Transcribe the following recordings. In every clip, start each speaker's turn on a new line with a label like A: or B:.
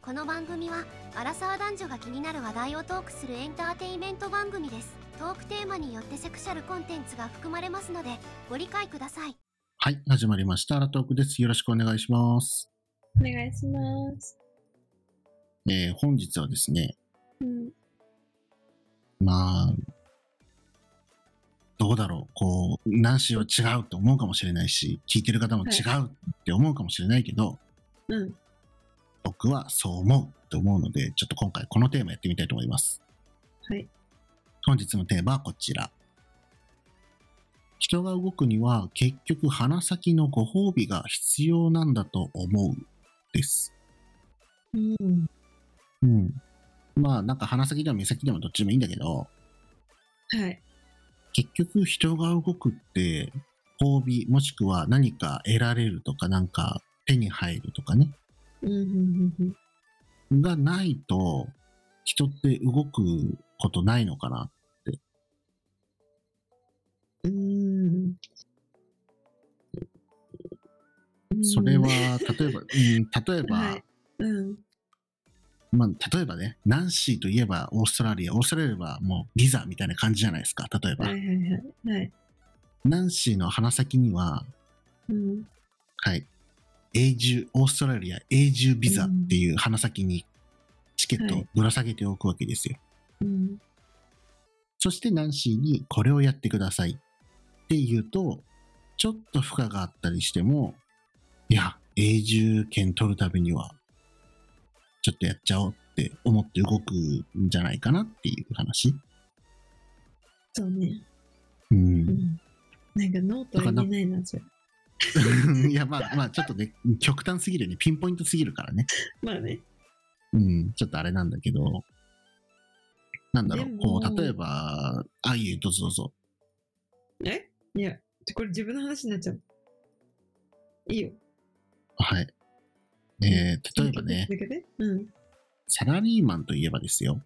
A: この番組はアラサー男女が気になる話題をトークするエンターテインメント番組ですトークテーマによってセクシャルコンテンツが含まれますのでご理解ください
B: はい、始まりました。アラトークです。よろしくお願いします。
C: お願いします。
B: えー、本日はですね、
C: うん。
B: まあ、どうだろう。こう、ナンシーは違うと思うかもしれないし、聞いてる方も違うって思うかもしれないけど、
C: うん。
B: 僕はそう思うと思うので、ちょっと今回このテーマやってみたいと思います。
C: はい。
B: 本日のテーマはこちら。人が動くには結局鼻先のご褒美が必要なんだと思うです。
C: うん。
B: うん。まあなんか鼻先でも目先でもどっちでもいいんだけど、
C: はい。
B: 結局人が動くって、褒美もしくは何か得られるとかなんか手に入るとかね、
C: うん。うん。うん。
B: がないと人って動くことないのかな。
C: うん。うん
B: それは、、例えば、うん、例えば、
C: はい。うん。
B: まあ、例えばね、ナンシーといえばオーストラリア、オーストラリアはもうビザみたいな感じじゃないですか、例えば。
C: はいはいはい。はい。
B: ナンシーの鼻先には、
C: うん。
B: はい。永住、オーストラリア永住ビザっていう鼻先にチケットをぶら下げておくわけですよ。
C: うん。
B: そしてナンシーにこれをやってくださいって言うと、ちょっと負荷があったりしても、いや、永住権取るためには、ちょっとやっちゃおうって思って動くんじゃないかなっていう話。
C: そうね。
B: う。
C: うん ん。なんかノートは言えないな、それ。
B: いや、まあまあ、ちょっとね、極端すぎるよね。ピンポイントすぎるからね。
C: まあね。
B: うん、ちょっとあれなんだけど、なんだろ
C: で
B: う、こ
C: も
B: う、例えば、あ、いいえ、どうぞどうぞ。
C: えいや、これ自分の話になっちゃう。いいよ。
B: はい。えー、例えばね、
C: 続けて。うん。
B: サラリーマンといえばですよ、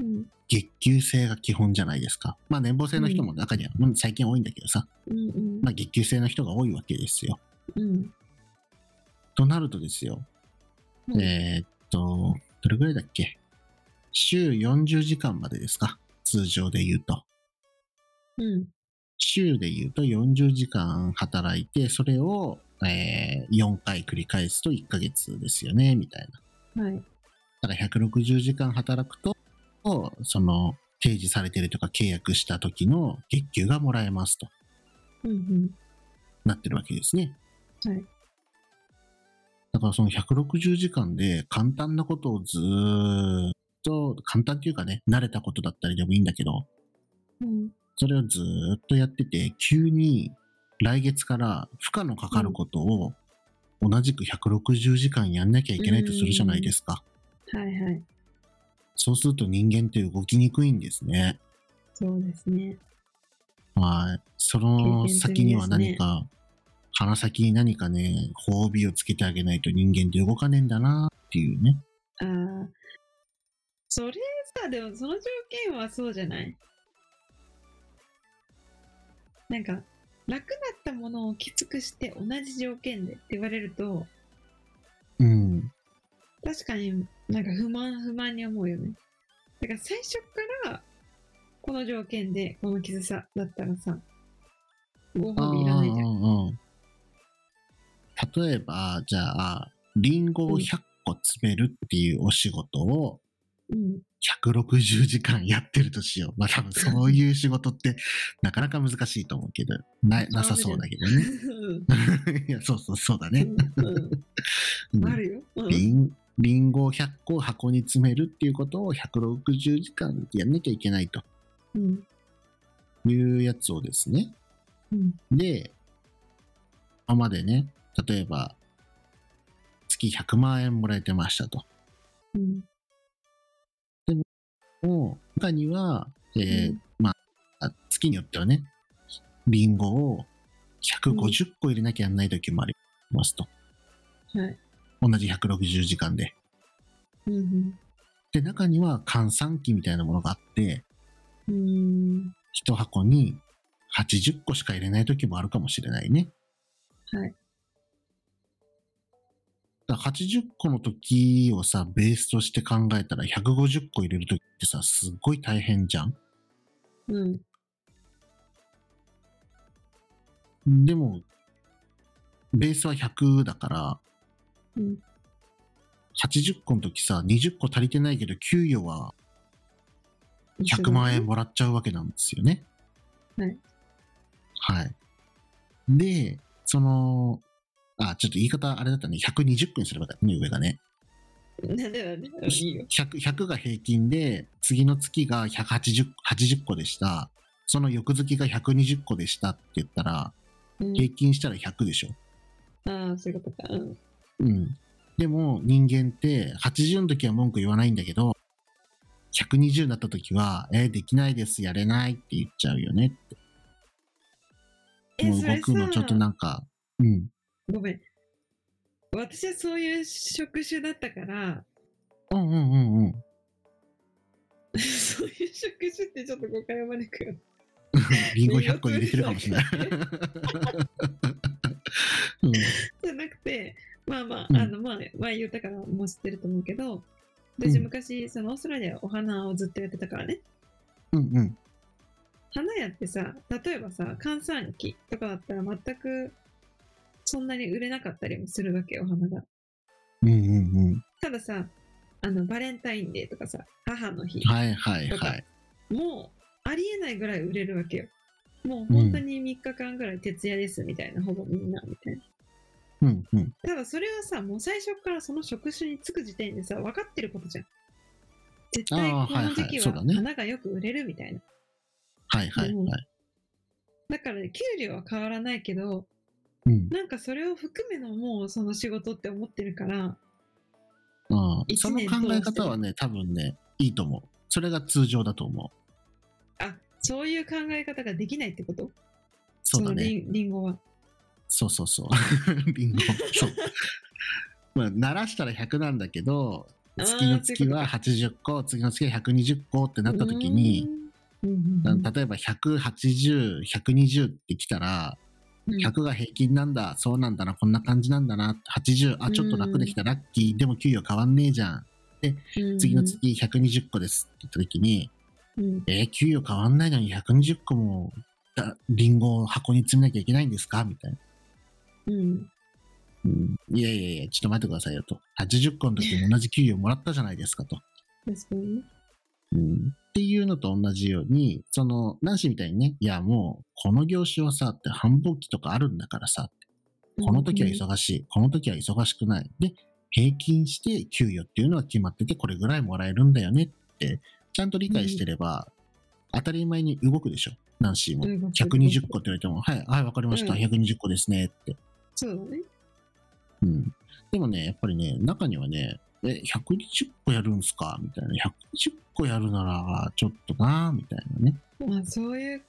C: うん。
B: 月給制が基本じゃないですか。まあ、年俸制の人も中には、まあ最近多いんだけどさ、
C: うん。うん
B: まあ、月給制の人が多いわけですよ。。
C: うん
B: となるとですよ、
C: うん
B: えーっと、どれぐらいだっけ週40時間までですか通常で言うと。
C: うん。
B: 週で言うと40時間働いて、それを、えー4回繰り返すと1ヶ月ですよね、みたいな。
C: はい。
B: だから160時間働くと、その、提示されてるとか契約した時の月給がもらえますと
C: うん。うん。
B: なってるわけですね。
C: はい。
B: だからその160時間で簡単なことをずーっと、簡単っていうかね、慣れたことだったりでもいいんだけど、
C: うん。
B: それをずーっとやってて、急に来月から負荷のかかることを同じく160時間やんなきゃいけないとするじゃないですか。
C: はいはい。
B: そうすると人間って動きにくいんですね。
C: そうですね。
B: はい。その先には何か、鼻先に何かね、褒美をつけてあげないと人間って動かねえんだなっていうね。
C: ああ、それさ、でもその条件はそうじゃないなんか、楽だったものをきつくして同じ条件でって言われると、
B: うん。
C: 確かになんか不満不満に思うよね。だから最初から、この条件でこのきつさだったらさ、ご褒美いらないじゃん。
B: うんうん例えば、じゃあ、リンゴを100個詰めるっていうお仕事を、
C: うん。
B: 160時間やってるとしよう。まあ多分そういう仕事って なかなか難しいと思うけど、ななさそうだけどね。 いや、そうそうそうだね。う
C: うんん。あるよ。うん
B: リンリンゴを100個箱に詰めるっていうことを160時間やんなきゃいけないと
C: うん。
B: いうやつをですね。
C: うん。
B: で、今までね、例えば月100万円もらえてましたと。
C: うん。
B: もう中には、えー
C: うん
B: まあ、月によってはね、リンゴを150個入れなきゃいけない時もありますと。
C: はい。
B: 同じ160時間で。
C: うんうん。
B: で、中には換算機みたいなものがあって、
C: うーん。
B: 1箱に80個しか入れない時もあるかもしれないね。
C: はい。
B: だから80個の時をさ、ベースとして考えたら150個入れる時ってさ、すっごい大変じゃん
C: うん。
B: でも、ベースは100だから、
C: うん
B: 80個の時さ、20個足りてないけど、給与は100万円もらっちゃうわけなんですよね。
C: はい。
B: はい。で、その、あ、ちょっと言い方あれだったね。120個にすればよかったね、上がね。
C: なんでなんでうんいいよ。
B: 100, 100が平均で、次の月が180 80個でした。その翌月が120個でしたって言ったら、
C: うん
B: 平均したら100でしょ。
C: ああ、そういうことか。うん。
B: うん。でも人間って80の時は文句言わないんだけど、120になった時は、えーできないです、やれないって言っちゃうよねって。
C: え、
B: もう
C: それ
B: 僕もちょ
C: さ
B: っと、なんか、うん。
C: ごめん。私はそういう職種だったから、
B: うんうんうんうん。
C: そういう職種ってちょっと誤解を招くよ。
B: リンゴ100個入れてるかも しれない。うん
C: じゃなくて、まあまあ、
B: うん
C: あの、まあ、まあ言ったからもう知ってると思うけど、私
B: うん
C: 昔、そのオーストラリアお花をずっとやってたからね。
B: うんうん。
C: 花屋ってさ、例えばさ、閑散期とかだったら全くそんなに売れなかったりもするわけよ、お花が。
B: うんうん
C: たださ、あの、バレンタインデーとかさ、母の日
B: うん。、はいはいはい。
C: もうありえないぐらい売れるわけよ。もう本当に3日間ぐらい徹夜ですみたいな、ほぼみんなみたいな。
B: うんうん。
C: ただそれはさ、もう最初からその職種に就く時点でさ、分かってることじゃん。絶対
B: あー
C: この時
B: はいはい
C: 期
B: そう
C: は
B: だね
C: 花がよく売れるみたいな。
B: はいはいはい。
C: だからね給料は変わらないけど、
B: うん。
C: なんかそれを含めのもうその仕事って思ってるから、
B: ああ
C: 一
B: その
C: 年
B: 考え
C: 通して
B: 方はね、多分ね、いいと思う。それが通常だと思う。
C: あ、そういう考え方ができないってこと
B: そうだ
C: の
B: ね。
C: リンリンゴは。
B: そうそうそう。 ビンゴ。そう。まあ、鳴らしたら100なんだけど、
C: あー
B: 月の月は80個、次の月は120個ってなった時に、、
C: うんうんうん
B: 例えば180、120ってきたら、
C: うん
B: 100が平均なんだ、そうなんだな、こんな感じなんだな、80、あ、ちょっと楽できた、ラッキー、でも給与変わんねえじゃん。次の月120個ですって言った時に、
C: うん
B: えー給与変わんないのに120個も、だリンゴを箱に詰めなきゃいけないんですかみたいな。
C: うん
B: うんいやいやいや、ちょっと待ってくださいよと。80個の時も同じ給与もらったじゃないですかと。
C: 確かにね
B: っていうのと同じように、その、ナンシーみたいにね、いやもう、この業種はさ、って繁忙期とかあるんだからさ、この時は忙しい、この時は忙しくない。で、平均して給与っていうのは決まってて、これぐらいもらえるんだよねって、ちゃんと理解してれば、当たり前に動くでしょ、ナンシーも。
C: うん
B: 120個って言われても、はい、はい、わかりました、
C: うん
B: 120個ですねって。
C: そうだね。
B: うん。でもね、やっぱりね、中にはね、え、120個やるんすかみたいな。120個やるなら、ちょっとなみたいなね。
C: まあそういう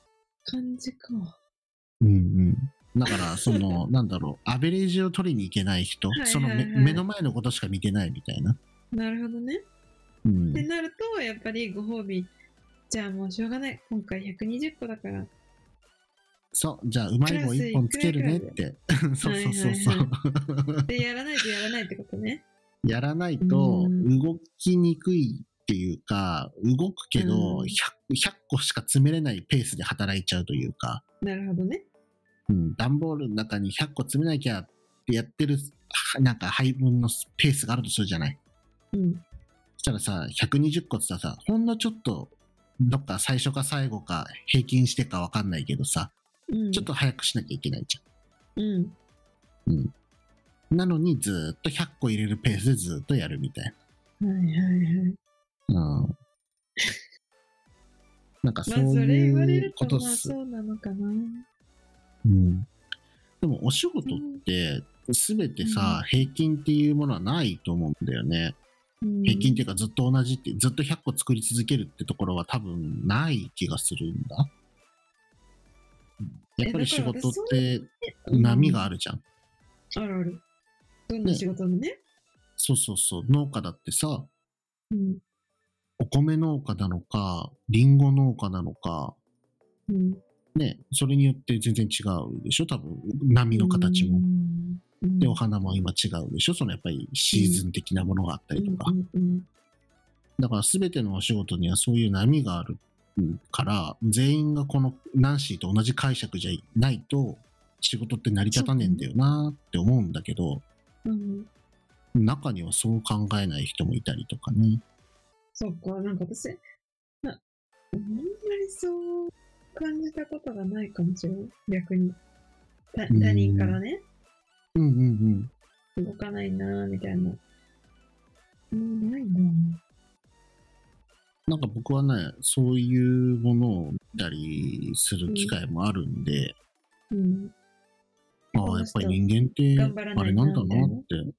C: 感じか。
B: うんうん。だから、その、 なんだろう、アベレージを取りに行けない人
C: はいは、い
B: そのめ
C: はい
B: 目の前のことしか見てないみたいな。
C: なるほどね。
B: うん
C: って。なると、やっぱりご褒美、じゃあもうしょうがない。今回120個だから。
B: そう、じゃあ、うまい棒一本つけるねって。 そうそうそうそ。
C: はいうで、やらないとやらないってことね。
B: やらないと、
C: うん
B: 動きにくいっていうか、動くけど
C: うん
B: 100, 100個しか詰めれないペースで働いちゃうというか。
C: なるほどね。
B: うん、段ボールの中に100個詰めなきゃってやってる、はなんか配分のペースがあるとするじゃない。
C: うん。
B: そしたらさ、120個ってさ、さほんのちょっと、どっか最初か最後か平均してかわかんないけどさ、
C: うん、
B: ちょっと早くしなきゃいけないじ
C: うん。
B: ゃん。うん。なのにずーっと100個入れるペースでずーっとやるみたい
C: はいはいはい。
B: な。うん。なんかそ
C: ま
B: う
C: あそれ言われ
B: い
C: る
B: うこと
C: と
B: っ
C: まあ
B: す。
C: そうなのかな。
B: うん。でもお仕事って、すべてさ、平均っていうものはないと思うんだよね。
C: うん
B: 平均っていうかずっと同じって、ずっと100個作り続けるってところは多分ない気がするんだ。やっぱり仕事って波があるじゃん。
C: あるある。どんな仕事のね。
B: そうそうそう。農家だってさ、
C: うん。
B: お米農家なのか、リンゴ農家なのか、
C: うん。
B: ね、それによって全然違うでしょ多分、波の形も
C: う。んうん
B: で、お花も今違うでしょそのやっぱりシーズン的なものがあったりとか
C: う。んうん
B: だから全てのお仕事にはそういう波があるから、全員がこのナンシーと同じ解釈じゃないと、仕事って成り立たねえんだよなって思うんだけど、
C: うんうん
B: 中にはそう考えない人もいたりとかね。
C: そっか、なんか私、な、あんまりそう感じたことがないかもしれない。逆に。た
B: うん
C: 他人からね、
B: うんうんうん。
C: 動かないなぁ、みたいな。うん、ないな
B: なんか僕はね、そういうものを見たりする機会もあるんで、
C: ぁ。うん。
B: まあやっぱり人間って
C: 頑張らないな
B: あれなんだなって。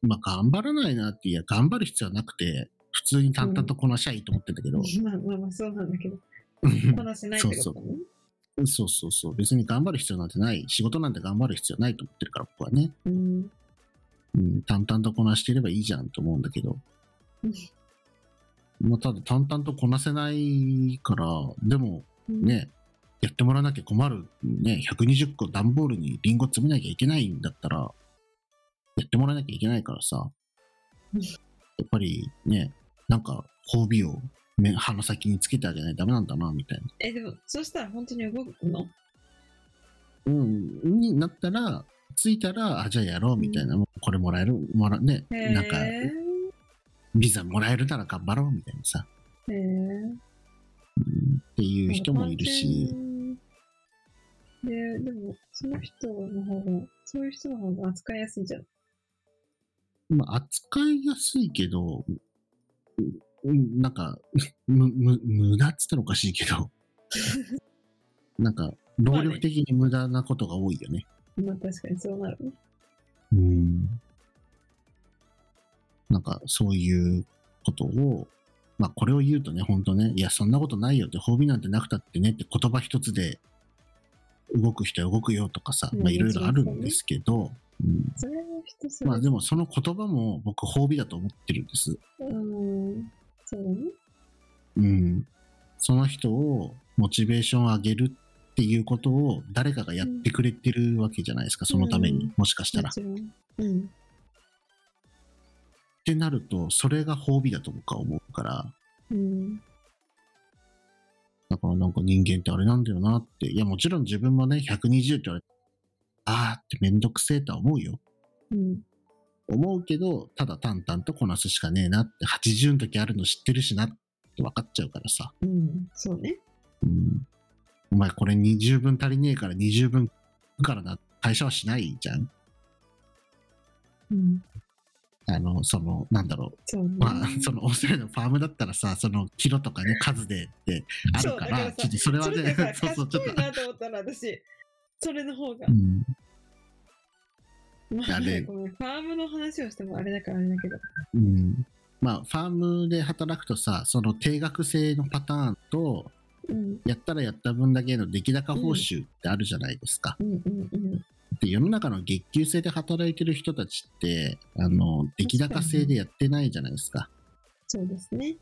B: まあ頑張らないなって、いや頑張る必要はなくて、普通に淡々とこなしゃいいと思ってんだ けど、
C: まあまあまあ、そうなんだけど、こなせないっ
B: そう
C: てこと
B: そう
C: かね。
B: そうそうそう。別に頑張る必要なんてない。仕事なんて頑張る必要ないと思ってるから、僕はね。
C: うん。
B: うん、淡々とこなしていればいいじゃんと思うんだけど
C: うん。
B: まあ、ただ淡々とこなせないから、でも
C: うん。
B: ね、やってもらわなきゃ困る。ね、120個段ボールにリンゴ詰めなきゃいけないんだったら、やってもらわなきゃいけないからさ。
C: うん
B: やっぱりね、なんか、褒美を目鼻先につけてあげないとダメなんだな、みたいな。
C: え、でも、そうしたら本当に動くの
B: うん、になったら、着いたら、あ、じゃあやろうみたいな、これもらえる、もらね、
C: へぇ
B: なんか、
C: へ
B: ビザもらえるなら頑張ろうみたいなさ、
C: ぇ
B: うんっていう人もいるし、。
C: で、でも、その人の方が、そういう人の方が扱いやすいじゃん。
B: まあ、扱いやすいけど、うんうんなんか、 む、む、無駄っつったらおかしいけ ど、なんか、労力的に無駄なことが多いよね。
C: まあ確かにそうなるね。
B: うん。なんか、そういうことを、まあ、これを言うとね、ほんとね、いや、そんなことないよって、褒美なんてなくたってねって言葉一つで、動く人は動くよとかさ、
C: うん
B: まあ、いろいろあるんですけど、うん。
C: それは人それ
B: まあ、
C: ぞ
B: でも、その言葉も僕、褒美だと思ってるんです。
C: れ。うん。そうだね。
B: うん。その人をモチベーションを上げるっていうことを誰かがやってくれてるわけじゃないですか、そのため
C: う
B: に
C: ん。
B: もしかしたら
C: も。ちろん。うん。
B: ってなると、それが褒美だと僕は思うから、
C: うん。
B: だからなんか人間ってあれなんだよなって。いや、もちろん自分もね、120って言われて、あーってめんどくせえとは思うよ。
C: うん。
B: 思うけど、ただ淡々とこなすしかねえなって、80の時あるの知ってるしなって分かっちゃうからさ。
C: うん。そうね。
B: うん。お前これ20分足りねえから20分からな、会社はしないじゃん。
C: うん。
B: あの、その、なんだろう。
C: そうね。
B: まあ、その、オーストラリアのファームだったらさ、その、キロとかね、数でってあ
C: そう
B: るか
C: だから
B: ら、
C: さ
B: ちょっとそれは
C: それで
B: ね、
C: さ、
B: そうそう、ちょっ
C: 賢
B: と
C: い、なと思ったら私、それの方が
B: う。ん。
C: まあ
B: あれ
C: ごめんファームの話をしてもあれだからあれだけど。
B: うんまあ、ファームで働くとさ、その定額制のパターンと、
C: うん。
B: やったらやった分だけの出来高報酬ってあるじゃないですか。
C: うんうんうん。
B: で、世の中の月給制で働いてる人たちって、あの、出来高制でやってないじゃないですか。
C: そうですね。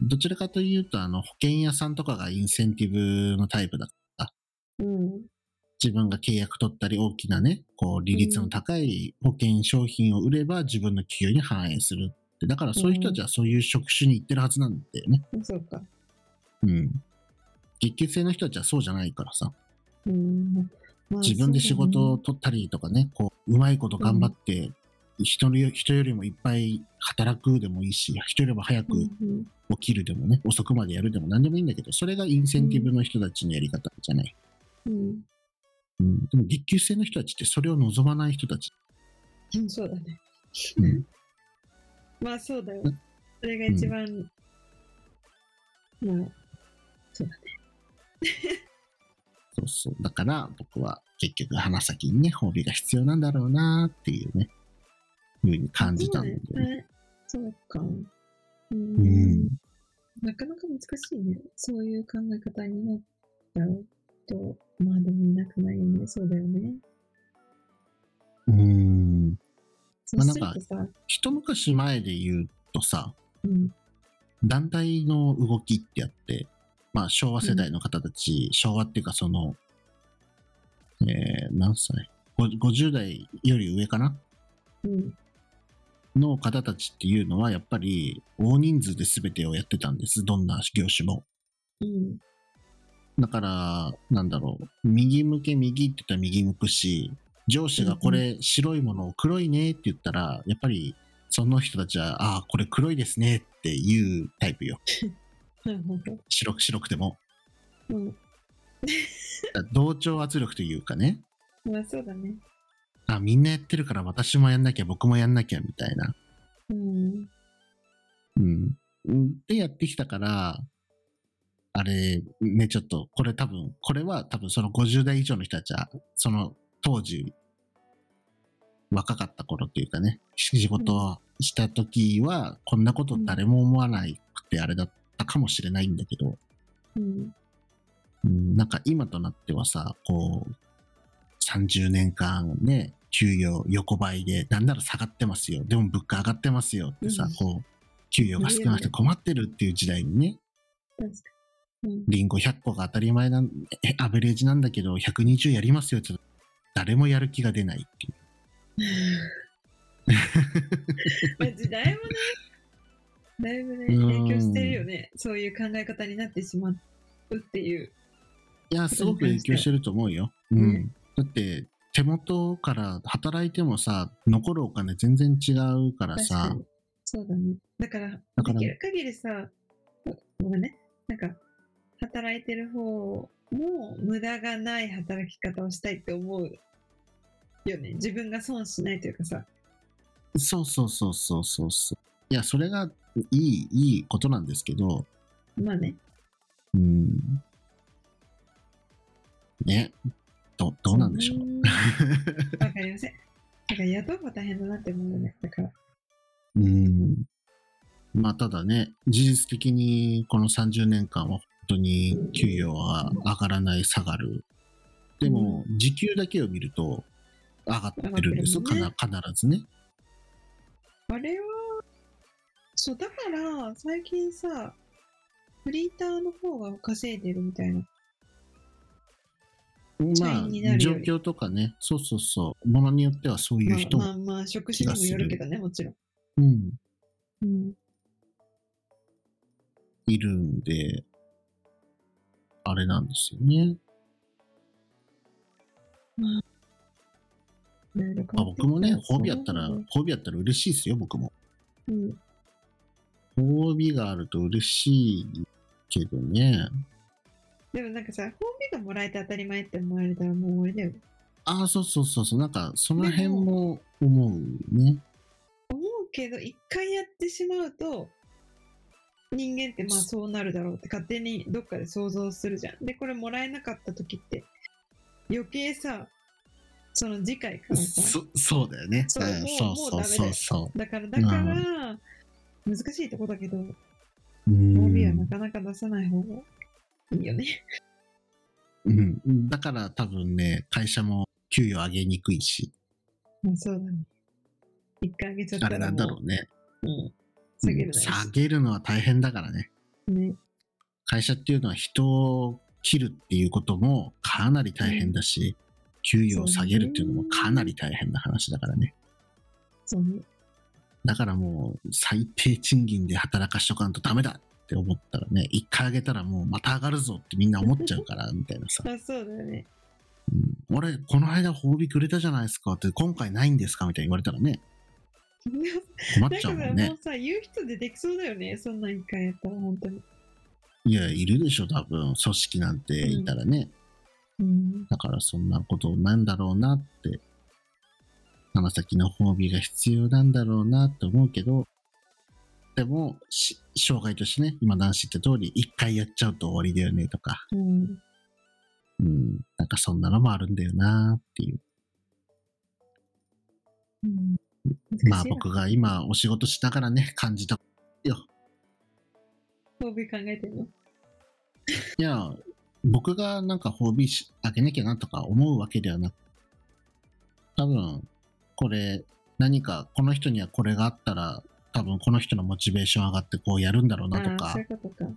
B: どちらかというと、あの、保険屋さんとかがインセンティブのタイプだ。
C: うん。
B: 自分が契約取ったり、大きなね、こう、利率の高い保険商品を売れば自分の給与に反映するって。だからそういう人たちはそういう職種に行ってるはずなんだよね。
C: そうか。
B: うん。月給制の人たちはそうじゃないからさ、
C: うん。まあ
B: 自分で仕事を取ったりとかね、こう、うまいこと頑張って、人よ人よりもいっぱい働くでもいいし、人よりも早
C: そうだ
B: く
C: ねうんうん
B: 起きるでもね、遅くまでやるでも何でもいいんだけど、それがインセンティブの人たちのやり方じゃない。
C: うん
B: うん、でも月給制の人たちってそれを望まない人たち。
C: うん、そうだね。
B: うん
C: まあそうだよ
B: う。
C: それが一番、まあ、そうだね。
B: そうそう。だから僕は結局鼻先にね、褒美が必要なんだろうなっていうね、いうふうに感じたんだよ
C: そう
B: ね。
C: ねそうか。う。
B: うんん。
C: なかなか難しいね。そういう考え方になっちゃうと、まあでもいなくないよね。そうだよね。
B: うん。
C: そ
B: ま
C: う
B: あ
C: するとさ、
B: 一昔前で言うとさ、
C: うん。
B: 団体の動きってあって、まあ昭和世代の方たち、昭和っていうかその、えー、何歳50代より上かな
C: うん。
B: の方たちっていうのはやっぱり大人数で全てをやってたんですどんな業種も
C: うん。
B: だからなんだろう右向け右って言ったら右向くし上司がこれ白いものを黒いねって言ったらやっぱりその人たちはああこれ黒いですねっていうタイプよ
C: なるほど。
B: 白く白くても
C: うん。
B: だから同調圧力というかね
C: まあそうだね。
B: あみんなやってるから私もやんなきゃ僕もやんなきゃみたいな
C: うん。
B: うん。で、やってきたから、あれ、ね、ちょっと、これ多分、これは多分その50代以上の人たちは、その当時、若かった頃っていうかね、仕事をした時は、こんなこと誰も思わなくてあれだったかもしれないんだけど、
C: うん。
B: うん、なんか今となってはさ、こう、30年間ね、給与横ばいで、なんなら下がってますよ。でも物価上がってますよってさ、
C: うん
B: こう、給与が少なくて困ってるっていう時代にね、
C: 確かに。うん。
B: リンゴ100個が当たり前なん、えアベレージなんだけど、120やりますよって言うと、誰もやる気が出ないっていう。
C: まあ時代 もね、だいぶね、影響してるよね。そういう考え方になってしまうっていう。
B: いや、すごく影響してると思うよ。うん。
C: うん
B: だって、手元から働いてもさ、残るお金全然違うから
C: 確
B: さ
C: か、に。そうだね。だから、
B: だから
C: できる限りさ、ごごめんね。なんか、働いてる方も無駄がない働き方をしたいって思うよね。自分が損しないというかさ。
B: そうそうそうそうそうそう。いや、それがいい、いいことなんですけど、
C: まあね。
B: うん。ね。ど、どうなんでしょう。
C: んわかりません。だから雇う方大変だなって思うよね。だから。
B: うん。まあ、ただね、事実的にこの30年間は本当に給与は上がらない、下がる。でも、時給だけを見ると上がってるんですよ、
C: 上が
B: かな必ずね。
C: あれは、そう、だから、最近さ、フリーターの方が稼いでるみたいな。社
B: まあ
C: 員にな、る
B: 状
C: より
B: 況とかね、そうそうそう、ものによってはそうい
C: ま
B: う
C: あ
B: 人も
C: まあまあ、職種にもよるけどね、もちろん。
B: うん、
C: うん。
B: いるんで、あれなんですよね。
C: いろいろ
B: まあ、僕もね、褒美や
C: や
B: ったら、褒美やったら嬉しいですよ、僕も。
C: うん。
B: 褒美があると嬉しいけどね。
C: でもなんかさ、褒美がもらえて当たり前って思われたらもう終わりだよ。
B: ああ、そうそうそうそう、なんか、その辺も思うね。
C: 思うけど、一回やってしまうと、人間ってまあそうなるだろうって勝手にどっかで想像するじゃん。で、これもらえなかった時って、余計さ、その次回からさ、
B: そ、そうだよね。
C: そう
B: うん
C: も
B: そう
C: う
B: そ
C: もう
B: う
C: ダメだ
B: そう
C: よ
B: そ
C: だから、だから、難しいとこだけど、
B: う。うん
C: 帯はなかなか出さない方がいいよね。
B: うん。だから多分ね、会社も給与上げにくいし、
C: まあそうだね。一回あげちゃっ
B: あ
C: た
B: れ
C: ら
B: なんだろうね。
C: もう、うん、下げる
B: うん下げるのは大変だからね。
C: ね。
B: 会社っていうのは人を切るっていうこともかなり大変だし、給与を下げるっていうのもかなり大変な話だからね。
C: そうね。
B: だからもう最低賃金で働かしとかんとダメだって思ったらね、一回上げたらもうまた上がるぞってみんな思っちゃうから、みたいな さ。
C: まあそうだよね。
B: うん俺、この間褒美くれたじゃないですかって、今回ないんですかみたいに言われたらね、困っ
C: なん
B: ち
C: か
B: ゃ
C: さ、
B: うもん
C: も
B: ね
C: う。さ、言う人出てきそうだよね。そんなん一回やったら、本当に。
B: いや、いるでしょ、多分。組織なんていたらね。
C: うん。
B: だからそんなことなんだろうなって、その先の褒美が必要なんだろうなって思うけど、でも、し障害としてね、今男子って通り、一回やっちゃうと終わりだよねとか、
C: うん。
B: うん、なんかそんなのもあるんだよなっていう。
C: うん、
B: まあ
C: 難しいな
B: 僕が今お仕事しながらね、感じたよ。
C: 褒美考えてるの。
B: いや、僕がなんか褒美しあげなきゃなとか思うわけではなく、多分、これ、何か、この人にはこれがあったら、多分この人のモチベーション上がってこうやるんだろうなと
C: あ
B: か
C: あ、そうい、うことか。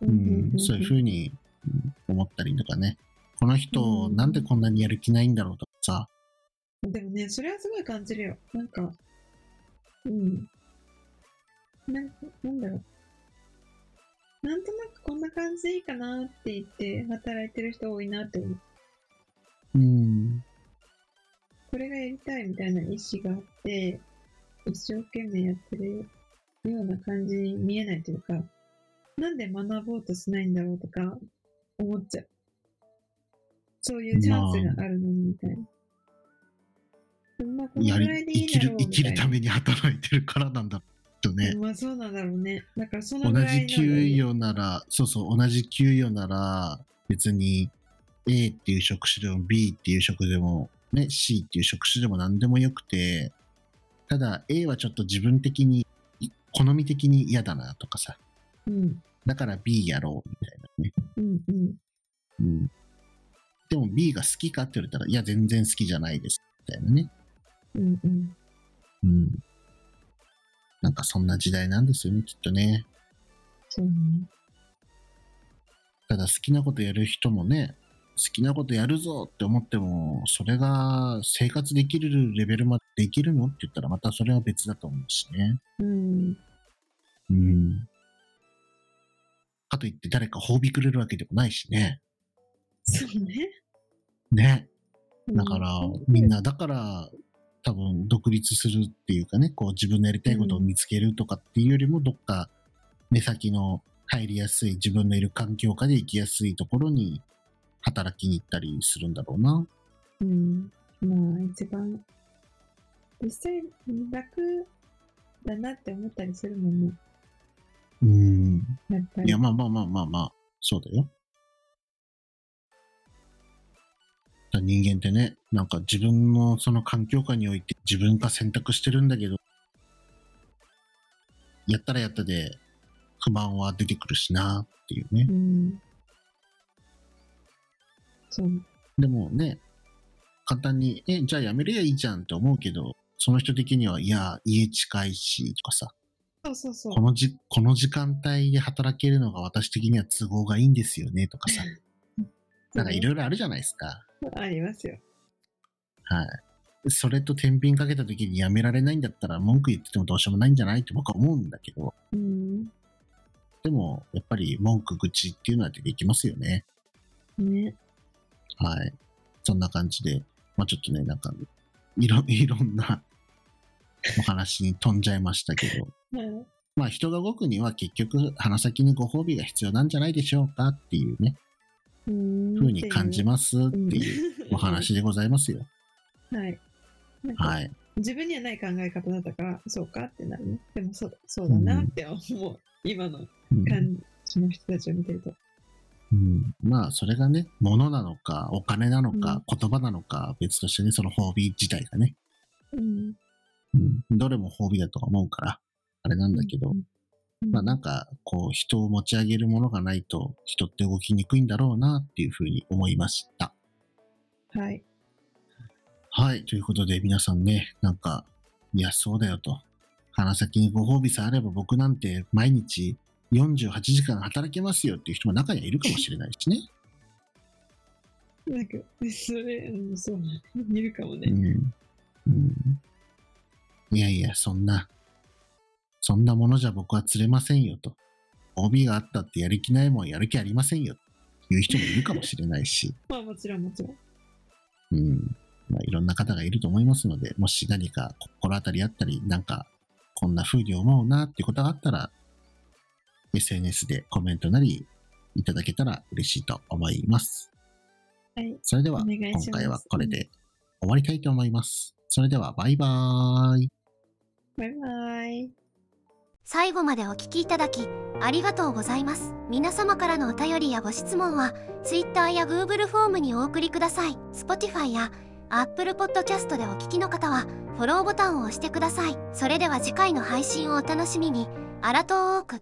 B: うんそういうふ
C: に。
B: うにうん思ったりとかね、この人、
C: うん
B: なんでこんなにやる気ないんだろうとかさ、
C: でもね、それはすごい感じるよ。なんか、うん。なんなんだろう。なんとなくこんな感じでいいかなって言って働いてる人多いなって思う。
B: うん。
C: これがやりたいみたいな意思があって、一生懸命やってるような感じに見えないというか、なんで学ぼうとしないんだろうとか思っちゃう。そういうチャンスがあるのにみたいな。まあ、この
B: や
C: ぐ
B: り
C: らいでい
B: 生
C: い
B: き
C: だ
B: る
C: ろう
B: 生
C: み
B: き
C: たい
B: る
C: な
B: た。めに働いてるからなんだとね、
C: まあそうなんだろうね。だからその
B: 同
C: ぐらい
B: じ給与ならそうそう同じ給与なら別に A っていう職種でも B っていう職でも、ね、C っていう職種でも何でもよくてただ A はちょっと自分的にい好み的に嫌だなとかさ
C: うん
B: だから B やろうみたいなね、
C: うんうん。
B: うん、でも B が好きかって言われたらいや全然好きじゃないですみたいなね、
C: うんうん。
B: うん、なんかそんな時代なんですよねきっとね
C: そうね。
B: ただ好きなことやる人もね、好きなことやるぞって思っても、それが生活できるレベルまでできるのって言ったらまたそれは別だと思うしね。
C: うん。
B: うん。かといって誰か褒美くれるわけでもないしね。
C: そうね。
B: ね。
C: うん
B: だから、みん。な、だから、多分独立するっていうかね、こう自分のやりたいことを見つけるとかっていうよりも、どっか目先の入りやすい自分のいる環境下で生きやすいところに働きに行ったりするんだろうな。
C: うん。まあ一番、実際楽だなって思ったりするもんね。
B: うん。
C: やっぱ
B: い
C: り
B: や、。まあまあまあまあまあ、そうだよ。だ人間ってね、なんか自分のその環境下において自分が選択してるんだけど、やったらやったで不満は出てくるしなっていうね
C: う。ん。そう。
B: でもね、簡単に、え、じゃあやめりゃいいじゃんって思うけど、その人的には、いや、家近いし、とかさ、
C: そうそうそう
B: こ。のじ、この時間帯で働けるのが私的には都合がいいんですよね、とかさ。なんかいろいろあるじゃないですか。
C: ありますよ。
B: はい。それと天秤かけた時にやめられないんだったら文句言っててもどうしようもないんじゃないって僕は思うんだけど、
C: うん。
B: でもやっぱり文句愚痴っていうのは出てきますよね。
C: ね。
B: はい。そんな感じで、まあちょっとね、なんか、いろ、 いろんなお話に飛んじゃいましたけど、
C: はい。
B: まあ人が動くには結局鼻先にご褒美が必要なんじゃないでしょうかっていうね、
C: うーん。
B: 風に感じますって
C: うん
B: いうお。話でございますよ。
C: はい。なんか
B: はい。
C: 自分にはない考え方だったから、そうかってなるね。でもそう、そうだなって思う。今の
B: うん
C: 感じの人たちを見てると。
B: うん、まあそれがね物なのかお金なのか、言葉なのか別としてねその褒美自体がね、
C: うん。
B: うん、どれも褒美だとは思うからあれなんだけど、
C: うん
B: まあなんかこう人を持ち上げるものがないと人って動きにくいんだろうなっていうふうに思いました
C: はい。
B: はいということで皆さんねなんかいやそうだよと鼻先にご褒美さえあれば僕なんて毎日48時間働けますよっていう人も中にはいるかもしれないしね
C: なんか、それ、うん、そうだね。いるかもね。
B: うんうんいやいや、そんな、そんなものじゃ僕は釣れませんよと。帯があったってやる気ないもんやる気ありませんよっていう人もいるかもしれないし、
C: まあもちろんもちろん。
B: うん。まあ、いろんな方がいると思いますので、もし何か心当たりあったり、なんか、こんな風に思うなっていうことがあったら、SNS でコメントなりいただけたら嬉しいと思います。
C: はい。
B: それでは、
C: お願いしま
B: 今
C: す
B: 回はこれで終わりたいと思います。それでは、バイバーイ。
C: バイバイ。
A: 最後までお聞きいただきありがとうございます皆様からのお便りやご質問は Twitter や Google フォームにお送りください Spotify や Apple Podcast でお聞きの方はフォローボタンを押してくださいそれでは次回の配信をお楽しみにあらとーく